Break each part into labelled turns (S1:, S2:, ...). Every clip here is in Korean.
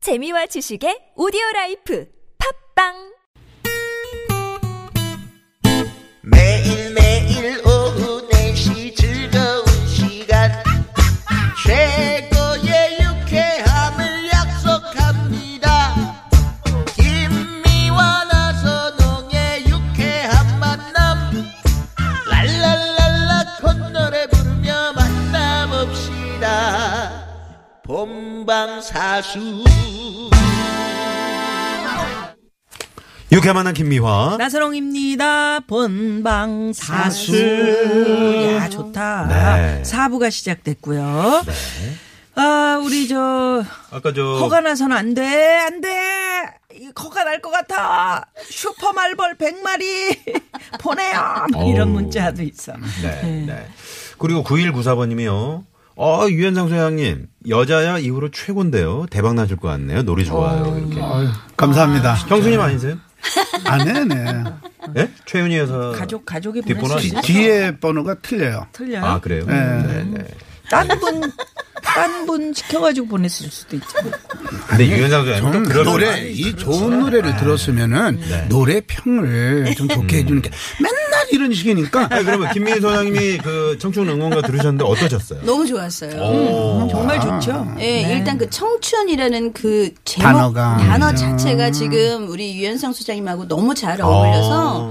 S1: 재미와 지식의 오디오 라이프 팝빵
S2: 매일매일 오후 4시 즐거운 시간 최고의 유쾌함을 약속합니다 김미와 나선홍의 유쾌한 만남 랄랄랄라 콧노래 부르며 만남없시다 본방사수
S3: 유쾌만한 김미화.
S4: 나서롱입니다. 본방 사수. 야, 좋다.
S3: 네.
S4: 사부가 시작됐고요. 아, 우리 저
S3: 아까 저
S4: 허가 나서는 안 돼. 안 돼. 이 허가 날 것 같아. 슈퍼 말벌 100마리 보내요. 막
S3: 어우.
S4: 이런 문자도 있어.
S3: 네, 네. 그리고 9194번님이요. 어, 유현상 소장님. 여자야 이후로 최고인데요. 대박 나실 것 같네요. 노래 좋아요.
S4: 어.
S3: 이렇게.
S5: 아유, 감사합니다.
S3: 형수님 아니세요?
S5: 아, 네네.
S3: 예? 최윤희 여사.
S4: 어. 가족 가족이
S3: 뒷번호
S4: 보낼 수 있어.
S3: 아니죠?
S5: 뒤에 번호가 틀려요.
S4: 틀려요.
S3: 아, 그래요?
S5: 네.
S4: 딴분딴분 시켜가지고 보냈을 수도 있잖아.
S3: 근데 유현상 소장님
S5: 음,
S3: 또 그런
S5: 노래, 이 좋은 노래를 들었으면은 노래 평을 좀 좋게 해주는 게 맨날 이런 식이니까
S3: 아, 그러면 김민희 소장님이 그 청춘 응원가 들으셨는데 어떠셨어요?
S6: 너무 좋았어요.
S4: 음.
S3: 오.
S4: 정말 좋죠.
S6: 예, 일단 그 청춘이라는 그 제목,
S5: 네. 단어가.
S6: 단어
S5: 음.
S6: 자체가 지금 우리 유현상 소장님하고 너무 잘 어울려서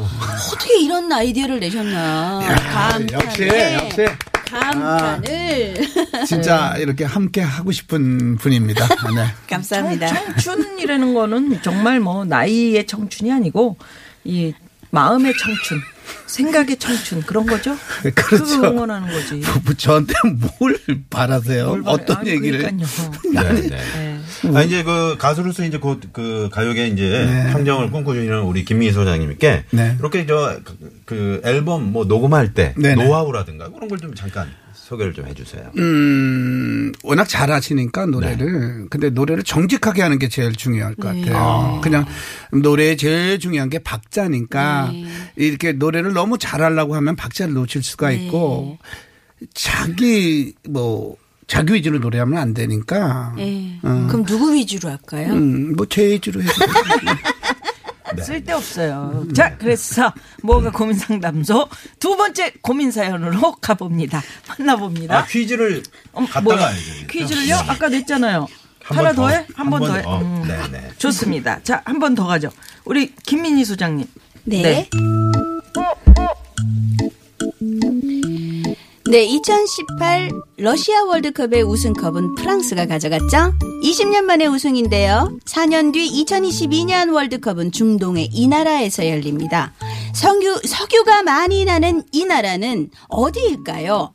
S6: 어떻게 이런 아이디어를 내셨나. 감탄. 네,
S5: 역시, 역시. 아. 네.
S6: 감탄을.
S5: 네. 진짜 이렇게 함께 하고 싶은 분입니다. 아, 네.
S6: 감사합니다.
S4: 청춘이라는 거는 정말 뭐 나이의 청춘이 아니고 이 마음의 청춘, 생각의 청춘 그런 거죠.
S5: 그렇죠.
S4: 그걸 응원하는 거지.
S5: 부부 저한테 뭘 바라세요?
S3: 음,
S4: 뭘 바래-
S5: 어떤
S4: 아니,
S5: 얘기를.
S4: 그러니까요.
S3: 네, 네. 아, 이제 그 가수로서 이제 곧 그 가요계 이제 평정을 꿈꾸시는 우리 김민희 소장님께
S5: 네.
S3: 이렇게 저 그 앨범 뭐 녹음할 때
S5: 네네.
S3: 노하우라든가 그런 걸 좀 잠깐 소개를 좀 해주세요.
S5: 음, 워낙 잘하시니까 노래를. 근데 노래를 정직하게 하는 게 제일 중요할 것
S4: 네.
S5: 같아요. 그냥 노래의 제일 중요한 게 박자니까
S4: 네.
S5: 이렇게 노래를 너무 잘하려고 하면 박자를 놓칠 수가
S4: 네.
S5: 있고 자기 뭐 자기 위주로 노래하면 안 되니까.
S4: 네.
S6: 예. 그럼 누구 위주로 할까요?
S5: 음, 뭐 제 위주로 해서
S3: 네.
S4: 쓸데 없어요. 자, 그래서 뭐가 고민 상담소 두 번째 고민 사연으로 가봅니다. 만나봅니다.
S3: 아 퀴즈를
S4: 음,
S3: 갔다가
S4: 뭐야?
S3: 알려주겠죠? 네.
S4: 퀴즈를요? 아까 냈잖아요.
S3: 한
S4: 하나
S3: 번
S4: 더
S3: 더.
S4: 해? 한
S3: 한
S4: 번
S3: 번
S4: 더 해?
S3: 더. 어,
S4: 음.
S3: 네네.
S4: 좋습니다. 자, 한 번 더 가죠. 우리 김민희 소장님.
S6: 네. 네. 2018 네, 러시아 월드컵의 우승컵은 프랑스가 가져갔죠? 20년 만에 우승인데요. 4년 뒤 2022년 월드컵은 중동의 이 나라에서 열립니다. 석유, 석유가 많이 나는 이 나라는 어디일까요?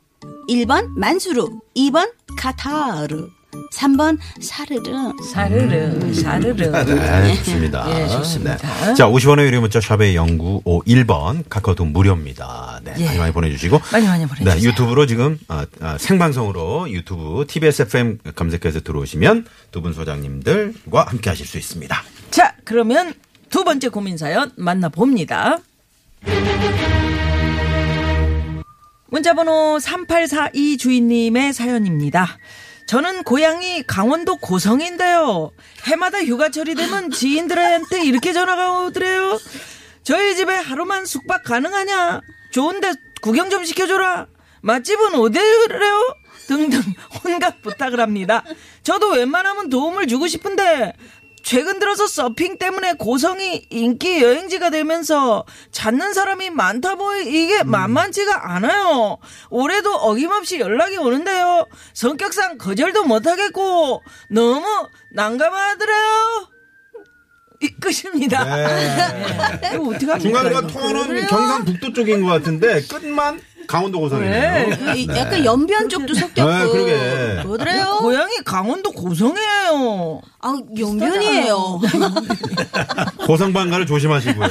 S6: 1번 만수르, 2번 카타르, 3번 사르르. 어,
S4: 사르르, 사르르.
S3: 네, 좋습니다.
S4: 예, 좋습니다.
S3: 네. 자, 50원의 유료 문자 샵의 0951번 카카오톡 무료입니다. 네, 많이 많이 보내주시고.
S4: 예. 많이 많이 보내주세요.
S3: 네, 유튜브로 지금 아, 아, 생방송으로 유튜브 TBS FM 검색해서 들어오시면 두 분 소장님들과 함께 하실 수 있습니다.
S4: 자, 그러면 두 번째 고민 사연 만나봅니다. 문자번호 3842 주인님의 사연입니다. 저는 고향이 강원도 고성인데요. 해마다 휴가철이 되면 지인들한테 이렇게 전화가 오더래요. 저희 집에 하루만 숙박 가능하냐? 좋은데 구경 좀 시켜줘라. 맛집은 어디래요? 등등 혼각 부탁을 합니다. 저도 웬만하면 도움을 주고 싶은데 최근 들어서 서핑 때문에 고성이 인기 여행지가 되면서 찾는 사람이 많다 보니 이게
S3: 음.
S4: 만만치가 않아요. 올해도 어김없이 연락이 오는데요. 성격상 거절도 못하겠고 너무 난감하더래요. 이 끝입니다. 네. 이거 어떻게 합니까?
S3: 네. 중간과
S4: 이거?
S3: 통화는 경상북도 쪽인 것 같은데 끝만 강원도 고성이네요.
S6: 이- 그 약간 연변 쪽도 섞였고.
S3: 네, 그러게.
S6: 뭐더래요?
S4: 고향이 강원도 고성이에요.
S6: 아, 연변이에요.
S3: 고성 방가를 조심하시고요.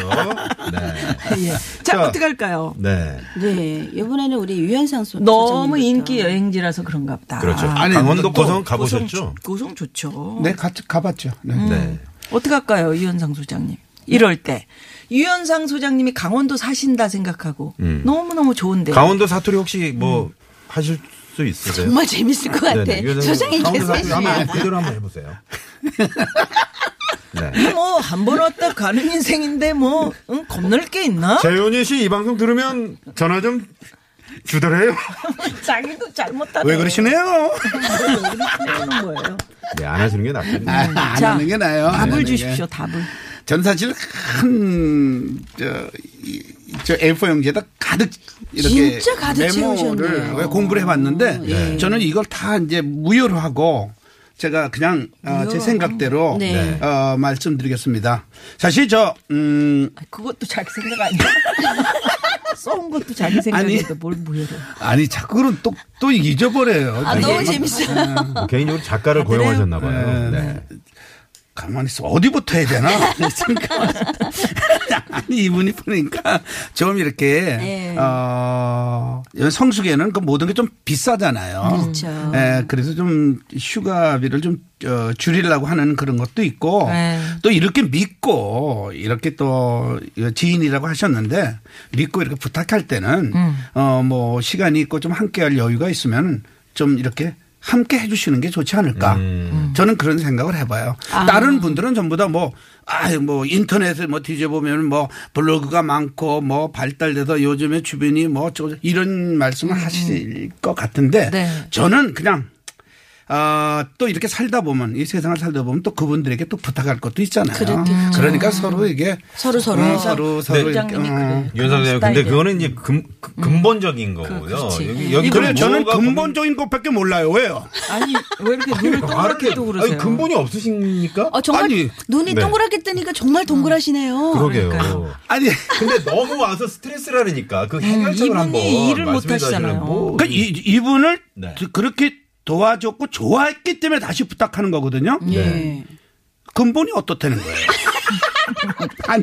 S4: 예. 자,
S3: 자,
S4: 어떻게 할까요?
S3: 네.
S6: 네, 이번에는 우리 유현상 소
S4: 너무
S6: 소장님부터.
S4: 인기 여행지라서 그런가 보다.
S3: 그렇죠.
S5: 아니,
S3: 강원도
S5: 또
S3: 고성
S4: 고성
S3: 가보셨죠?
S4: 좋- 고성 좋죠.
S5: 네, 같이 가봤죠. 네.
S4: 음.
S3: 네.
S4: 어떻게 할까요, 유현상 소장님? 이럴 때 유현상 소장님이 강원도 사신다 생각하고 너무 너무 좋은데.
S3: 음. 강원도 사투리 혹시 뭐 하실 수 있으세요?
S6: 정말 재밌을 것 같아.
S3: 네네. 유현상
S6: 소장님
S3: 강원도 사투리
S6: 계세요.
S3: 한번 그대로 한번 해보세요. 네.
S4: 뭐 한 번 왔다 가는 인생인데 뭐 응, 겁날 게 있나?
S3: 재윤이 씨 이 방송 들으면 전화 좀 주더래요.
S4: 자기도 잘못하다.
S5: 왜 그러시네요?
S4: 음. 하는 거예요?
S3: 네, 안 하시는 게
S5: 아,
S3: 낫겠네요.
S5: 안
S4: 자,
S5: 하는 게 나아요. 안 하는
S4: 답을
S5: 게.
S4: 주십시오. 답을.
S5: 전 사실 큰, 저, 이- 저 A4 용지에다 가득 이렇게
S6: 진짜 가득
S5: 메모를
S6: 채우셨네요.
S5: 왜 공부를 해봤는데
S6: 예.
S5: 저는 이걸 다 이제 무효로 하고 제가 그냥 어, 제
S6: 무효로
S5: 생각대로
S6: 하고. 네.
S5: 어, 말씀드리겠습니다. 사실 저, 음,
S4: 아, 그것도 자기 생각 아니야? 써온 것도 자기 생각인데 뭘 무효로.
S3: 네.
S5: 아니 자꾸 그런 또, 또 잊어버려요.
S6: 아, 너무 재밌어요.
S3: 뭐 개인적으로 작가를 고용하셨나 봐요.
S5: 네.
S3: 네.
S5: 가만히 있어. 어디부터 해야 되나? 잠깐만. 아니, 이분이 보니까 좀 이렇게,
S6: 네.
S5: 어, 이런 성수기에는 그 모든 게 좀 비싸잖아요.
S6: 그렇죠.
S5: 예, 그래서 좀 휴가비를 좀 어, 줄이려고 하는 그런 것도 있고
S4: 네.
S5: 또 이렇게 믿고 이렇게 또 지인이라고 하셨는데 믿고 이렇게 부탁할 때는
S6: 음.
S5: 어, 뭐 시간이 있고 좀 함께 할 여유가 있으면 좀 이렇게 함께 해주시는 게 좋지 않을까.
S4: 음.
S5: 저는 그런 생각을 해봐요.
S4: 아.
S5: 다른 분들은 전부 다 뭐, 아, 뭐 인터넷에 뭐 뒤져보면 뭐 블로그가 많고 뭐 발달돼서 요즘에 주변이 뭐 어쩌고 저쩌고 이런 말씀을 하실 것 같은데
S4: 음, 네.
S5: 저는 그냥 아, 또 이렇게 살다 보면 이 세상을 살다 보면 또 그분들에게 또 부탁할 것도 있잖아요. 그러니까 서로 이게
S6: 서로 서로.
S5: 음, 서로 서로 이렇게
S4: 네. 부장님이
S5: 음.
S4: 그래.
S3: 어. 유현상 선생님, 근데 그거는 이제 근, 근본적인 거고요.
S6: 그렇지.
S3: 여기, 여기
S5: 그래 저는
S3: 뭐가
S5: 근본적인 것밖에 몰라요. 왜요?
S4: 아니 왜 이렇게 눈을
S3: 아, 이렇게-
S4: 동그랗게 또 그러세요?
S3: 아니, 근본이 없으십니까?
S6: 어, 정말
S5: 아니,
S6: 눈이
S3: 네.
S6: 동그랗게 뜨니까 정말 동그라시네요.
S3: 그러게요.
S5: 아니
S3: 근데 너무 와서 스트레스라니까 그 해결책을
S4: 이분이
S3: 한번
S4: 일을 못
S3: 말씀해 주시면
S4: 하시잖아요.
S3: 뭐
S5: 그 이, 이분을
S3: 네.
S5: 그렇게 도와줬고 좋아했기 때문에 다시 부탁하는 거거든요.
S4: 음.
S3: 네.
S5: 네.
S6: 예.
S5: 근본이 어떻다는 거예요? 아니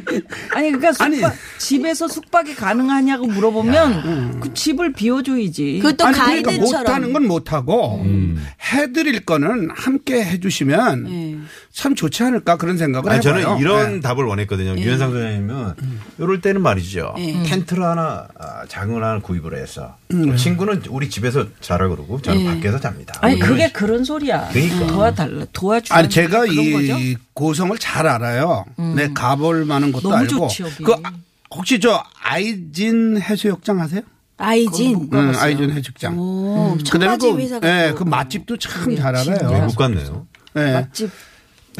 S4: 아니 그러니까 숙박,
S5: 아니.
S4: 집에서 숙박이 가능하냐고 물어보면 그 집을 비워줘야지.
S6: 그것도
S5: 아니, 그러니까
S6: 가이드처럼.
S5: 못하는 건 못하고
S3: 음.
S5: 해드릴 거는 함께 해주시면
S4: 네.
S6: 예.
S5: 참 좋지 않을까 그런 생각을
S3: 아니,
S5: 해봐요.
S3: 저는 이런
S5: 네.
S3: 답을 원했거든요. 유현상 선생님은 이럴 때는 말이죠.
S6: 예.
S3: 텐트를 하나 아, 장을 하나 구입을 해서 그 친구는 우리 집에서 자라 그러고 저는
S6: 예.
S3: 밖에서 잡니다.
S4: 아니
S3: 뭐
S4: 그게
S3: 이런
S4: 그런 소리야.
S3: 그러니까.
S4: 도와달라 도와주.
S5: 아니 제가
S4: 그런
S5: 이
S4: 거죠? 음.
S5: 고성을 잘 알아요. 네 가볼 만한 것도
S4: 너무
S5: 알고.
S4: 좋지, 여기.
S5: 그 아- 혹시 저 아이진 해수욕장 아세요?
S6: 아이진.
S5: 응, 음, 아이진 해수욕장.
S6: 오,
S5: 그다음에
S6: 청바지
S5: 그,
S6: 회사
S5: 예,
S6: 같고.
S5: 그 맛집도 참
S4: 그게
S5: 잘
S4: 진짜.
S5: 알아요.
S3: 음. 외국 같네요.
S5: 예,
S4: 맛집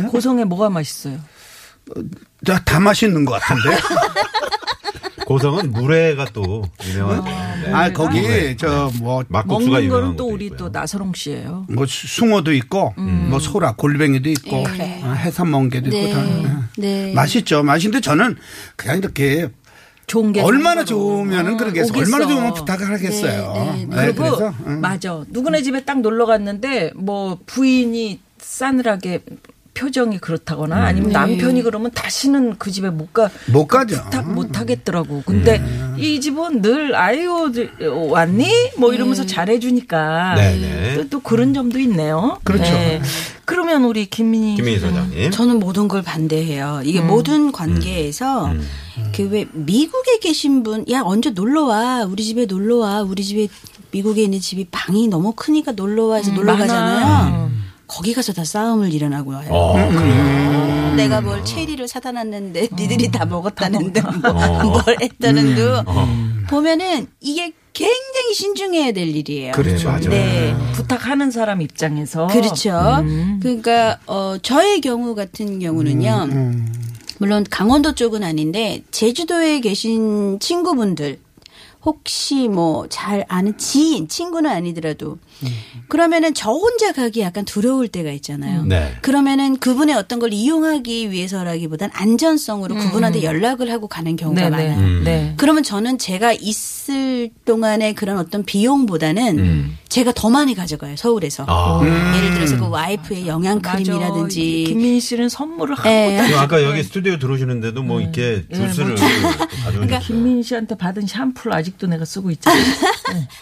S4: 고성에 뭐가 맛있어요?
S5: 다- 다 맛있는 것 같은데.
S3: 고성은 물회가 또 유명한데. 네.
S5: 아 거기 저뭐
S3: 막국수가
S4: 먹는
S3: 유명한
S4: 거는
S3: 것도
S4: 또 우리
S3: 있고요.
S4: 또 나서롱 씨예요.
S5: 뭐 수- 숭어도 있고
S3: 음.
S5: 뭐 소라 골뱅이도 있고
S6: 예.
S5: 아, 해삼 멍게도 있고
S6: 네.
S5: 다
S6: 네.
S5: 맛있죠 맛있는데 저는 그냥 이렇게
S4: 좋은 게
S5: 얼마나
S4: 생기더라고.
S5: 좋으면은 그러겠어
S4: 아, 오겠어.
S5: 얼마나 좋으면 부탁을 하겠어요
S6: 네, 네,
S5: 네,
S4: 그리고
S5: 그래서 응.
S4: 맞아 누구네 집에 딱 놀러 갔는데 뭐 부인이 싸늘하게 표정이 그렇다거나 아니면
S6: 네.
S4: 남편이 그러면 다시는 그 집에 못 가.
S5: 음. 못 가죠. 음.
S4: 부탁 못 하겠더라고. 근데 이 집은 늘 아이오 왔니? 뭐 이러면서
S6: 네.
S4: 잘해주니까
S3: 네네.
S4: 또, 또 그런 점도 있네요.
S5: 그렇죠.
S4: 그러면 우리 김민희
S3: 김민희 소장님.
S6: 저는 모든 걸 반대해요. 이게 모든 관계에서 그 왜 미국에 계신 분, 야 언제 놀러 와? 우리 집에 놀러 와. 우리 집에 미국에 있는 집이 방이 너무 크니까 놀러 와 해서 놀러
S4: 음, 많아. 음.
S6: 가잖아요. 거기 가서 다 싸움을 일어나고 와요.
S3: 어,
S5: 음,
S3: 그래요.
S6: 내가 뭘 체리를 사다 놨는데
S4: 음.
S6: 니들이 다 먹었다는데 음. 뭐,
S3: 어.
S6: 뭘 했다는 둥 보면은 이게 굉장히 신중해야 될 일이에요.
S3: 그렇죠. 네, 맞아요.
S6: 네.
S4: 부탁하는 사람
S3: 어.
S4: 입장에서
S6: 그렇죠.
S3: 음.
S6: 그러니까 어 저의 경우 같은 경우는요. 물론 강원도 쪽은 아닌데 제주도에 계신 친구분들 혹시 뭐 잘 아는 지인 친구는 아니더라도 그러면은 저 혼자 가기 약간 두려울 때가 있잖아요.
S3: 네.
S6: 그러면은 그분의 어떤 걸 이용하기 위해서라기보단
S3: 음,
S6: 안전성으로 그분한테 연락을 하고 가는 경우가 음.
S4: 네네.
S6: 많아요.
S4: 네.
S6: 그러면 저는 제가 있을 동안의 그런 어떤 비용보다는
S3: 음.
S6: 제가 더 많이 가져가요 서울에서
S3: 아.
S6: 예를 들어서 그 와이프의 영양 크림이라든지
S4: 맞아. 김민희 씨는 선물을 하고
S6: 예.
S4: 딱
S3: 그리고 아까 여기 스튜디오 들어오시는데도 뭐 이렇게 줄수를
S6: 그러니까
S3: 가져오셨어요.
S4: 그러니까 네, 김민희 씨한테 받은 샴푸를 아직도 내가 쓰고 있잖아요. 네.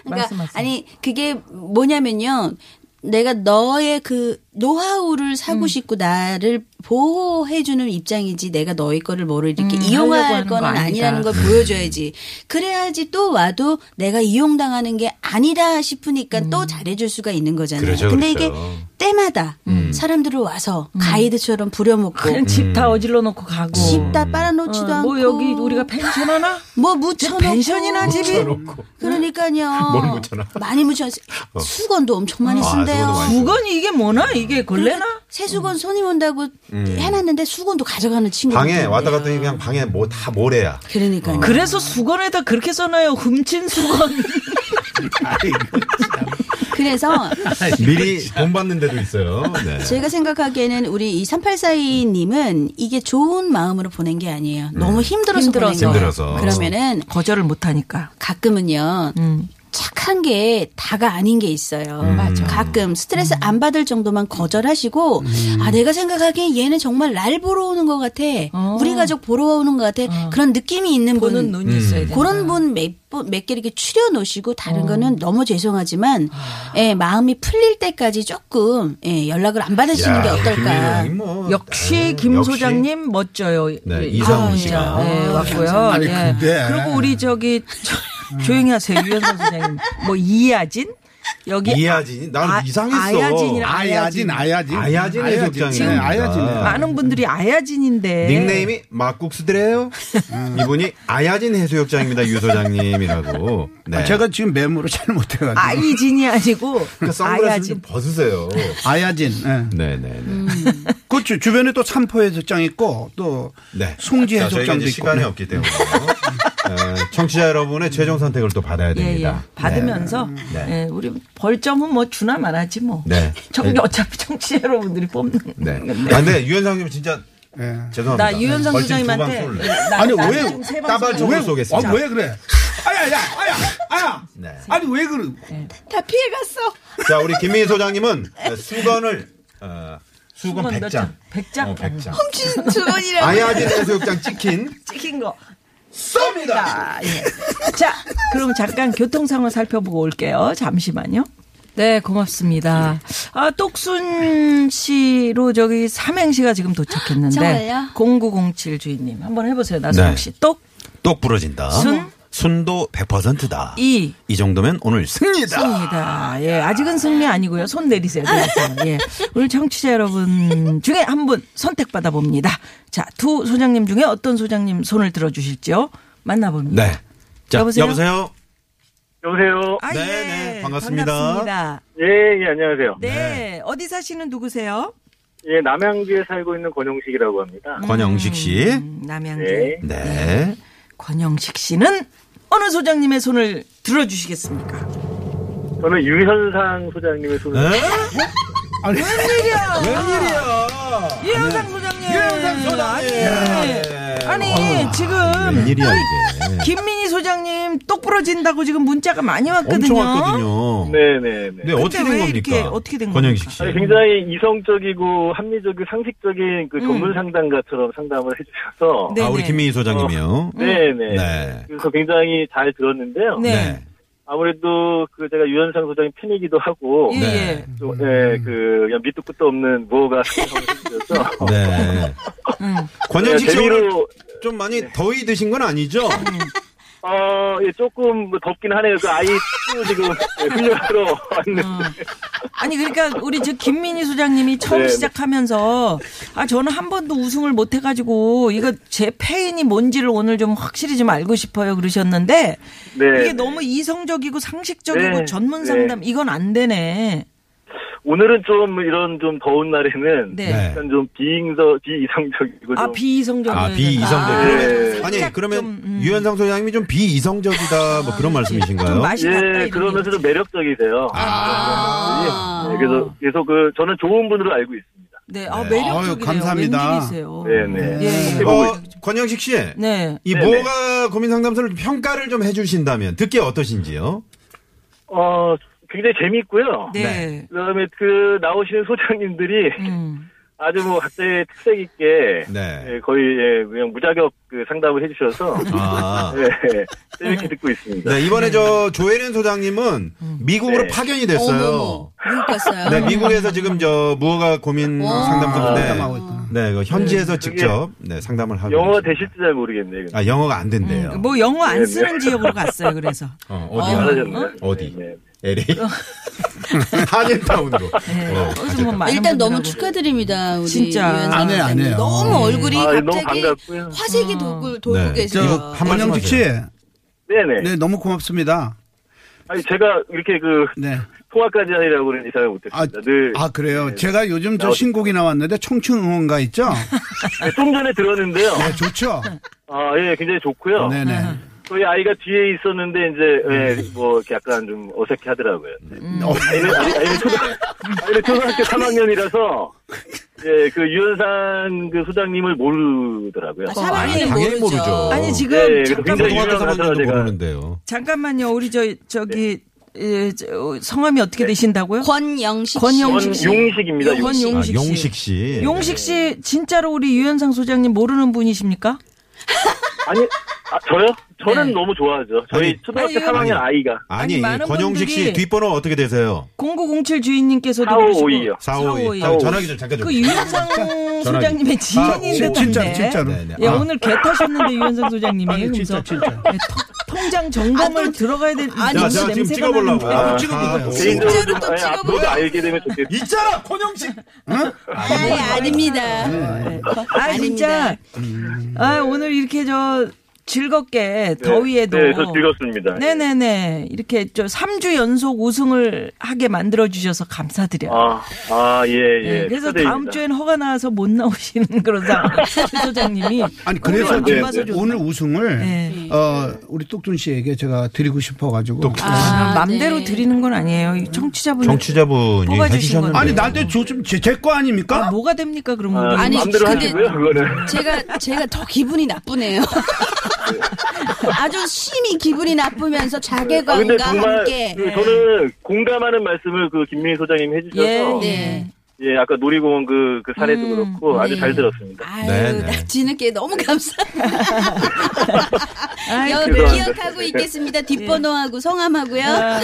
S6: 그러니까
S4: 말씀하세요.
S6: 아니 그게 뭐냐면요. 내가 너의 그 노하우를
S4: 음.
S6: 사고 싶고 나를 보호해주는 입장이지 내가 너의 거를 뭐를 이렇게
S4: 음,
S6: 이용할
S4: 하려고 하는 거
S6: 거는
S4: 아니다.
S6: 아니라는 걸 보여줘야지. 그래야지 또 와도 내가 이용당하는 게 아니다 싶으니까
S4: 음.
S6: 또 잘해줄 수가 있는 거잖아요.
S3: 그렇죠,
S6: 근데
S3: 그렇죠. 음.
S6: 이게 때마다 사람들을 와서
S4: 음.
S6: 가이드처럼 부려먹고
S3: 그렇죠.
S4: 그냥 집 다 어질러 놓고 가고.
S6: 집 다 빨아놓지도
S4: 어,
S6: 않고
S4: 뭐 여기 우리가 펜션 하나?
S6: 뭐 묻혀놓고
S4: 펜션이나 집이?
S3: 그렇고.
S6: 그러니까요.
S3: 뭘 묻혀놔? 어.
S6: 많이 묻혀. 수건도 엄청 많이
S3: 아,
S6: 쓴대요.
S3: 수건도 많이
S4: 구건이 이게 뭐나? 이게 걸레나?
S6: 그러니까 세수건 손님 온다고 해놨는데 수건도 가져가는 친구.
S3: 음. 방에 왔다 갔다 니 그냥 방에 뭐 다 모래야. 어.
S6: 그러니까요.
S4: 그래서 수건에다 그렇게 써놔요. 훔친 수건.
S6: 그래서
S3: 미리 돈 받는 데도 있어요. 네.
S6: 제가 생각하기에는 우리 이 3842님은 이게 좋은 마음으로 보낸 게 아니에요. 너무 힘들어서 보낸
S4: 힘들어서.
S6: 거예요.
S3: 네. 힘들어서.
S6: 그러면은
S4: 거절을 못하니까.
S6: 가끔은요.
S4: 음.
S6: 착한 게 다가 아닌 게 있어요.
S3: 맞아.
S6: 가끔 스트레스 안 받을 정도만 거절하시고 아 내가 생각하기엔 얘는 정말 날 보러 오는 것 같아.
S4: 어.
S6: 우리 가족 보러 오는 것 같아. 그런 느낌이 있는
S4: 보는
S6: 분.
S4: 눈이 있어야
S3: 음.
S4: 돼.
S6: 음. 그런 분 몇 분 몇 개 이렇게 추려 놓으시고 다른 거는 너무 죄송하지만 예, 마음이 풀릴 때까지 조금 예, 연락을 안 받으시는 게 어떨까?
S3: 김민영이 뭐,
S4: 역시
S3: 아유,
S4: 김
S3: 역시.
S4: 소장님 멋져요.
S3: 네, 이상훈
S4: 진짜.
S3: 씨가.
S4: 네, 왔고요.
S5: 아니,
S4: 네.
S5: 근데.
S4: 그리고 우리 저기 조- 조용히 하세요. 유현상 소장님. 뭐 이하진? 여기
S3: 이하진이 난
S4: 아-
S3: 이상했어.
S4: 아야진이라-
S5: 아야진, 아야진.
S3: 아야진의
S5: 네,
S3: 속장입니다.
S5: 아야진이에요.
S4: 많은 분들이 아야진인데
S3: 어. 닉네임이 막국수드래요.
S4: 음.
S3: 이분이 아야진 해수욕장입니다 유 소장님이라고. 네.
S5: 아, 제가 지금 메모를 잘 못해가지고.
S4: 아이진이 아니고
S3: 그 선글라스 좀
S4: 아야진. 음.
S3: 벗으세요.
S5: 아야진. 예.
S3: 네네네.
S5: 그렇죠. 주변에 또 삼포 해수욕장 있고 또
S3: 네.
S5: 송지
S3: 자, 저희가
S5: 해수욕장도
S3: 이제
S5: 있고.
S3: 시간이 없기 때문에 어, 청취자 여러분의 최종 선택을 또 받아야
S4: 예, 예.
S3: 됩니다.
S4: 받으면서
S3: 네.
S4: 예, 우리 벌점은 뭐 주나 말하지 뭐.
S3: 네.
S4: 정, 어차피 청취자 여러분들이 뽑는.
S3: 네. 네. 아, 근데 유현상님 진짜
S5: 예.
S3: 죄송합니다.
S4: 나 유현상
S3: 벌칙 두방
S4: 소장님한테
S3: 쏠래.
S4: 나-
S5: 아니,
S4: 나는
S5: 왜
S4: 좀세 방송
S3: 따발적으로 쏘겠습니다.
S5: 아, 왜 그래? 아야, 야, 아야, 아야.
S3: 네.
S5: 아니 왜 그래?
S6: 다 피해 갔어.
S3: 자, 우리 김민희 소장님은 수건을 어, 수건
S4: 수건 몇
S3: 100장.
S4: 장? 100장?
S3: 어, 100장.
S6: 훔친 주머니라고.
S3: 아야진 해수욕장 찍힌
S4: 찍힌 거.
S5: 쏩니다.
S4: 아, 예. 자, 그럼 잠깐 교통 상황 살펴보고 올게요. 잠시만요. 네, 고맙습니다. 아, 똑순 씨로 저기 삼행시가 지금 도착했는데.
S6: 정말요?
S4: 0907 주인님. 한번 해보세요, 나선욱
S3: 네.
S4: 씨. 똑,
S3: 똑 부러진다.
S4: 순?
S3: 순도 100%다.
S4: 이.
S3: 이 정도면 오늘 승리다.
S4: 승리다. 예, 아직은 승리 아니고요. 손 내리세요. 내리세요. 예. 오늘 청취자 여러분 중에 한 분 선택받아 봅니다. 자, 두 소장님 중에 어떤 소장님 손을 들어주실지요? 만나봅니다.
S3: 네. 자,
S4: 여보세요?
S3: 여보세요?
S7: 여보세요.
S4: 아,
S3: 네, 네, 반갑습니다.
S4: 반갑습니다.
S7: 예, 예, 안녕하세요.
S4: 네. 어디 사시는 누구세요?
S7: 예, 남양주에 살고 있는 권용식이라고 합니다.
S3: 권영식 씨.
S4: 음, 남양주.
S7: 네.
S3: 네.
S4: 권영식 씨는 어느 소장님의 손을 들어주시겠습니까?
S7: 저는 유현상 소장님의
S4: 음.
S7: 소속.
S3: 에?
S5: 아니,
S4: 웬일이야?
S3: 웬일이야?
S4: 유현상 소장님.
S3: 유현상
S4: 아니,
S3: 네? 소장님.
S4: 아니 지금
S3: 네. 웬일이야 이게?
S4: 김민희 소장님 똑부러진다고 지금 문자가 많이 왔거든요.
S3: 엄청 왔거든요.
S7: 네, 네, 네.
S3: 네, 어떻게 된
S4: 근데 왜
S3: 겁니까?
S4: 이렇게 어떻게 된
S3: 권영식
S4: 겁니까?
S3: 씨.
S7: 아니, 굉장히 이성적이고 합리적이고 상식적인 그 전문 상담가처럼 상담을 해주셔서
S4: 네,
S3: 아, 우리
S4: 네.
S3: 김민희 소장님이요.
S7: 네, 네.
S3: 네.
S7: 그래서 굉장히 잘 들었는데요.
S4: 네.
S7: 아무래도 그 제가 유현상 소장님 팬이기도 하고
S4: 예, 예.
S7: 좀, 네, 그 그냥 밑도 끝도 없는 무허가 상담을 해주셔서
S3: 네.
S4: 음.
S3: 권영식 씨 오늘
S7: 네, 재미로 네.
S3: 좀 많이 더위 드신 건 아니죠?
S7: 어, 예, 조금 뭐 덥긴 하네요. 그 아이 또 지금 예, 훈련하러 왔는데.
S4: 아니 그러니까 우리 저 김민희 소장님이 처음
S7: 네, 네.
S4: 시작하면서 아 저는 한 번도 우승을 못 해가지고 이거 제 패인이 뭔지를 오늘 좀 확실히 좀 알고 싶어요 그러셨는데
S7: 네.
S4: 이게 너무 이성적이고 상식적이고
S7: 네,
S4: 전문
S7: 네.
S4: 상담 이건 안 되네.
S7: 오늘은 좀 이런 좀 더운 날에는
S4: 네.
S3: 네.
S7: 약간 좀 비잉서 비이상적이고
S4: 아
S7: 좀
S4: 비이성적.
S3: 아, 비이성적.
S7: 아, 네.
S3: 그러면, 아니,
S4: 살짝
S3: 그러면
S4: 좀, 음. 아, 예.
S3: 유현상 소장님이 좀 비이성적이다, 뭐 그런
S4: 좀
S3: 말씀이신가요?
S4: 맛이 갔다
S7: 예,
S4: 이런
S7: 그러면서 좀 매력적이세요.
S6: 아.
S7: 예, 그래서 계속 그 저는 좋은 분으로 알고 있습니다.
S4: 네, 아
S3: 네.
S4: 매력적이네요.
S5: 아유, 감사합니다.
S4: 웬일이세요?
S7: 네네.
S4: 예, 예.
S3: 어, 권영식 씨.
S4: 네.
S3: 이
S7: 네네.
S3: 뭐가 고민 상담소를 평가를 좀 해주신다면 듣기 어떠신지요?
S7: 어, 굉장히 재미있고요.
S4: 네.
S7: 그다음에 그 나오시는 소장님들이
S4: 음.
S7: 아주 뭐 각자의 특색 있게
S3: 네.
S7: 예, 거의 예, 그냥 무자격 그 상담을 해주셔서
S3: 아.
S7: 예, 재밌게 듣고 있습니다.
S3: 네, 이번에 저 조혜린 소장님은
S4: 음.
S3: 미국으로
S7: 네.
S3: 파견이 됐어요.
S6: 미국 갔어요.
S3: 네, 미국에서 지금 저 무허가 고민 상담소인데
S5: 아,
S4: 아,
S5: 상담하고 있구나.
S3: 네, 그 현지에서 직접 네, 상담을 하고
S7: 영어
S3: 있습니다.
S7: 되실지 잘 모르겠네요. 근데.
S3: 아, 영어가 안 된대요.
S4: 뭐 영어
S7: 네,
S4: 안 쓰는 지역으로 갔어요. 그래서
S3: 어,
S7: 잘하셨네요.
S3: 어디야? 어? 디
S7: 아, 네.
S3: LA? 한인타운으로.
S4: 어. 네.
S3: 어,
S4: 어디서
S3: 어쨌든.
S4: 뭐 많은
S6: 일단 너무
S4: 분들하고.
S6: 축하드립니다. 우리
S4: 진짜.
S6: 유현상
S5: 안 해, 안
S6: 선생님.
S5: 해요.
S6: 너무 얼굴이
S7: 아, 너무
S6: 갑자기
S7: 반갑고요.
S6: 화색이 돌고
S3: 네.
S6: 돌고 계세요. 아,
S3: 이거 한 말씀
S5: 권영주 씨,
S3: 하세요.
S7: 네네.
S5: 네 너무 고맙습니다.
S7: 아니 제가 이렇게 그
S5: 네.
S7: 통화까지 하려고 그런 생각
S5: 아,
S7: 못했습니다. 늘
S5: 아 그래요.
S7: 네.
S5: 제가 요즘 저
S7: 나오셨-
S5: 신곡이 나왔는데 청춘 응원가 있죠?
S7: 네, 좀 전에 들었는데요.
S5: 네, 좋죠.
S7: 아 예, 굉장히 좋고요.
S5: 네네. 네.
S7: 저희 아이가 뒤에 있었는데 이제 예, 뭐 이렇게 약간 좀 어색해하더라고요. 네.
S5: 어,
S7: 아이는, 아이- 아이는 초등, 아이는 초등학교 3학년이라서 예, 그 유현상 그 소장님을 모르더라고요.
S6: 아, 사람이
S3: 아니, 당연히 모르죠.
S4: 아니 지금
S7: 예, 예,
S4: 잠깐만 뭐
S3: 고등학교
S7: 굉장히 유명한
S3: 3학년도
S7: 사람이라.
S3: 모르는데요.
S4: 잠깐만요. 우리 저 저기
S7: 네.
S4: 예, 저, 성함이 어떻게 되신다고요?
S6: 권영식
S4: 권영식 씨.
S7: 권용식입니다. 용-
S3: 아,
S4: 권용식 씨.
S6: 용식.
S3: 용식 씨.
S4: 용식 씨 진짜로 우리 유현상 소장님 모르는 분이십니까?
S7: 아니, 아, 저요? 저는
S4: 네.
S7: 너무 좋아하죠. 저희
S3: 아니,
S7: 초등학교
S4: 아니,
S7: 3학년 아이가
S3: 아니,
S4: 아니, 많은
S3: 권용식 씨
S4: 분들이-
S3: 뒷번호 어떻게 되세요?
S4: 0907 주인님께서도
S7: 4552
S4: 그러시고
S7: 요.
S3: 452.
S4: 4552.
S3: 자, 전화기 좀 잠깐 좀. 아,
S4: 그 유현상 소장님의 지인인 듯한데.
S5: 진짜 진짜로.
S3: 네, 네.
S4: 예,
S3: 아.
S4: 오늘 개 타셨는데 유현상 소장님이
S5: 아니, 진짜,
S4: 그래서
S5: 진짜.
S4: 예, 통- 통장 점검을 들어가야 될
S6: 아니,
S3: 야,
S6: 너무
S3: 제가 지금 찍어보려고.
S4: 나는데.
S3: 아,
S5: 찍어보세요.
S3: 아,
S7: 개인적으로
S6: 진짜로 또
S7: 좀, 아니,
S6: 찍어보여.
S7: 앞으로도 알게 되면 좋겠어요.
S3: 있잖아, 권용식.
S6: 아니 아닙니다. 네.
S4: 아 진짜 아 오늘 이렇게 저 즐겁게 더위에도
S7: 네, 저 즐겁습니다.
S4: 네네 이렇게 저 3주 연속 우승을 하게 만들어 주셔서 감사드려요.
S7: 아, 아, 예, 예.
S4: 네, 그래서 다음
S7: 축하드립니다.
S4: 주엔 허가 나와서 못 나오시는 그런 상황. 최 소장님이
S5: 아니 그래서
S7: 오늘 안
S5: 오늘,
S7: 돼요.
S5: 오늘 우승을
S4: 네.
S5: 어 우리 똑둔 씨에게 제가 드리고 싶어가지고.
S4: 아, 맘대로
S6: 네.
S4: 드리는 건 아니에요. 이 청취자분들
S3: 정치자분이
S4: 뽑아주신
S3: 해주셨는데.
S4: 건데.
S5: 아니 나한테 좀제거 아닙니까?
S4: 아, 뭐가 됩니까 그럼 우리
S7: 아,
S6: 아니,
S7: 마음대로
S6: 근데-
S7: 하시고요, 그거는.
S6: 제가 제가 더 기분이 나쁘네요. 아주 심히 기분이 나쁘면서
S7: 아, 근데
S6: 자괴감과
S7: 정말
S6: 함께
S7: 그 저는 공감하는 말씀을 그 김민희 소장님 해주셔서
S4: 예,
S7: 예,
S6: 네.
S7: 아까 놀이공원 그, 그 사례도 그렇고 아주
S6: 네.
S7: 잘 들었습니다.
S6: 아유,
S3: 네, 네.
S6: 나 뒤늦게 너무 감사합니다.
S4: 아이,
S6: 여-
S7: 그래요.
S6: 기억하고 있겠습니다. 뒷번호하고 성함하고요.
S4: 아,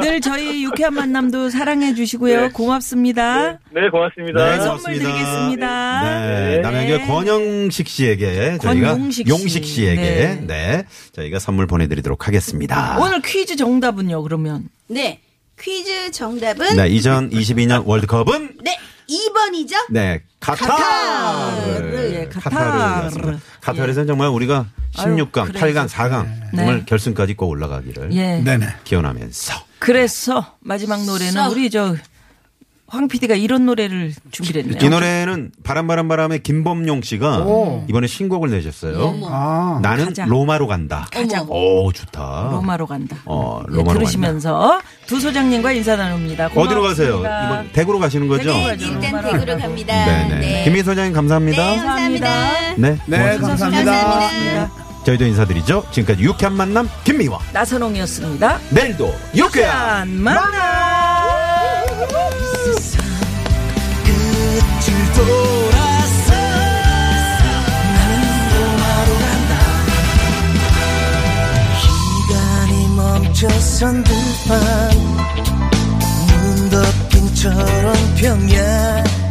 S4: 늘 저희 유쾌한 만남도 사랑해 주시고요.
S7: 네.
S4: 고맙습니다.
S7: 네, 고맙습니다.
S3: 네, 저-
S4: 선물
S3: 고맙습니다.
S4: 드리겠습니다.
S3: 네,
S7: 네.
S3: 남양의
S4: 네.
S3: 권영식 씨에게 저희가
S4: 권용식 씨.
S3: 용식 씨에게
S4: 네.
S3: 네. 저희가 선물 보내드리도록
S5: 아.
S3: 하겠습니다.
S4: 오늘 퀴즈 정답은요, 그러면.
S6: 네. 퀴즈 정답은
S3: 네, 2022년 월드컵은
S6: 네. 2번이죠?
S3: 네
S6: 카타르.
S3: 카타르
S4: 예,
S3: 카타르
S4: 카타르.
S3: 카타르에서는 정말 우리가
S4: 아유,
S3: 16강,
S4: 그래야죠.
S3: 8강, 4강 정말
S4: 네.
S3: 결승까지 꼭 올라가기를
S4: 예.
S5: 네네.
S3: 기원하면서
S4: 그래서 마지막 노래는
S6: 써.
S4: 우리 저 황 PD가 이런 노래를 준비를 했네요.
S3: 이 노래는 바람바람 바람의 김범용 씨가 이번에 신곡을 내셨어요.
S5: 아.
S3: 나는
S4: 가자.
S3: 로마로 간다.
S4: 가자.
S3: 오 좋다.
S4: 로마로 간다.
S3: 어,
S4: 예,
S3: 로마로
S4: 들으시면서 두 소장님과 인사 나눕니다.
S3: 어디로 가세요?
S4: 고맙습니다.
S3: 이번 대구로 가시는 거죠?
S4: 대구로
S6: 네,
S4: 가죠.
S6: 일단
S4: 로마로
S6: 댁으로
S4: 가고.
S6: 갑니다.
S3: 네네. 김희 소장님 감사합니다.
S6: 네, 감사합니다.
S3: 네,
S5: 네
S3: 고맙습니다.
S5: 감사합니다.
S3: 저희도 인사드리죠. 지금까지 유쾌한 만남 김미화.
S4: 나선홍이었습니다.
S3: 내일도 유쾌한.
S4: 짠 만나.
S8: 시간이 멈춰선 두 밤 눈 덮인 철원평야